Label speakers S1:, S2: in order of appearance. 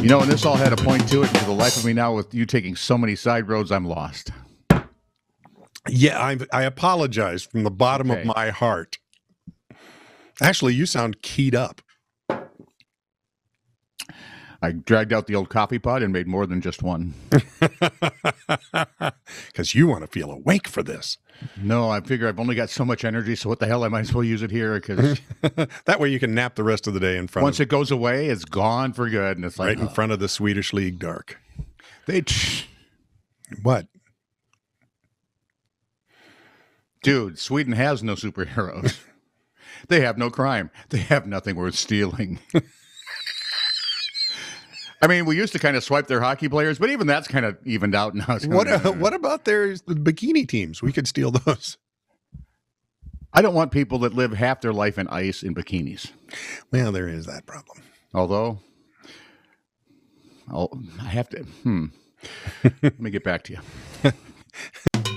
S1: You know, and this all had a point to it. And for the life of me now, with you taking so many side roads, I'm lost.
S2: Yeah, I, I apologize from the bottom
S1: Okay.
S2: of my heart. Actually, you sound keyed up.
S1: I dragged out the old coffee pot and made more than just one.
S2: Because you want to feel awake for this.
S1: No, I figure I've only got so much energy, so what the hell? I might as well use it here because
S2: that way you can nap the rest of the day in front
S1: once
S2: of
S1: it goes away, it's gone for good. And it's like
S2: right in front of the Swedish League Dark.
S1: they,
S2: What?
S1: dude, Sweden has no superheroes. they have no crime. They have nothing worth stealing. I mean, we used to kind of swipe their hockey players, but even that's kind of evened out now. It's kinda
S2: What
S1: like, uh,
S2: what about their bikini teams? We could steal those.
S1: I don't want people that live half their life in ice in bikinis.
S2: Well, there is that problem.
S1: Although, I'll, I have to. Hmm. Let me get back to you.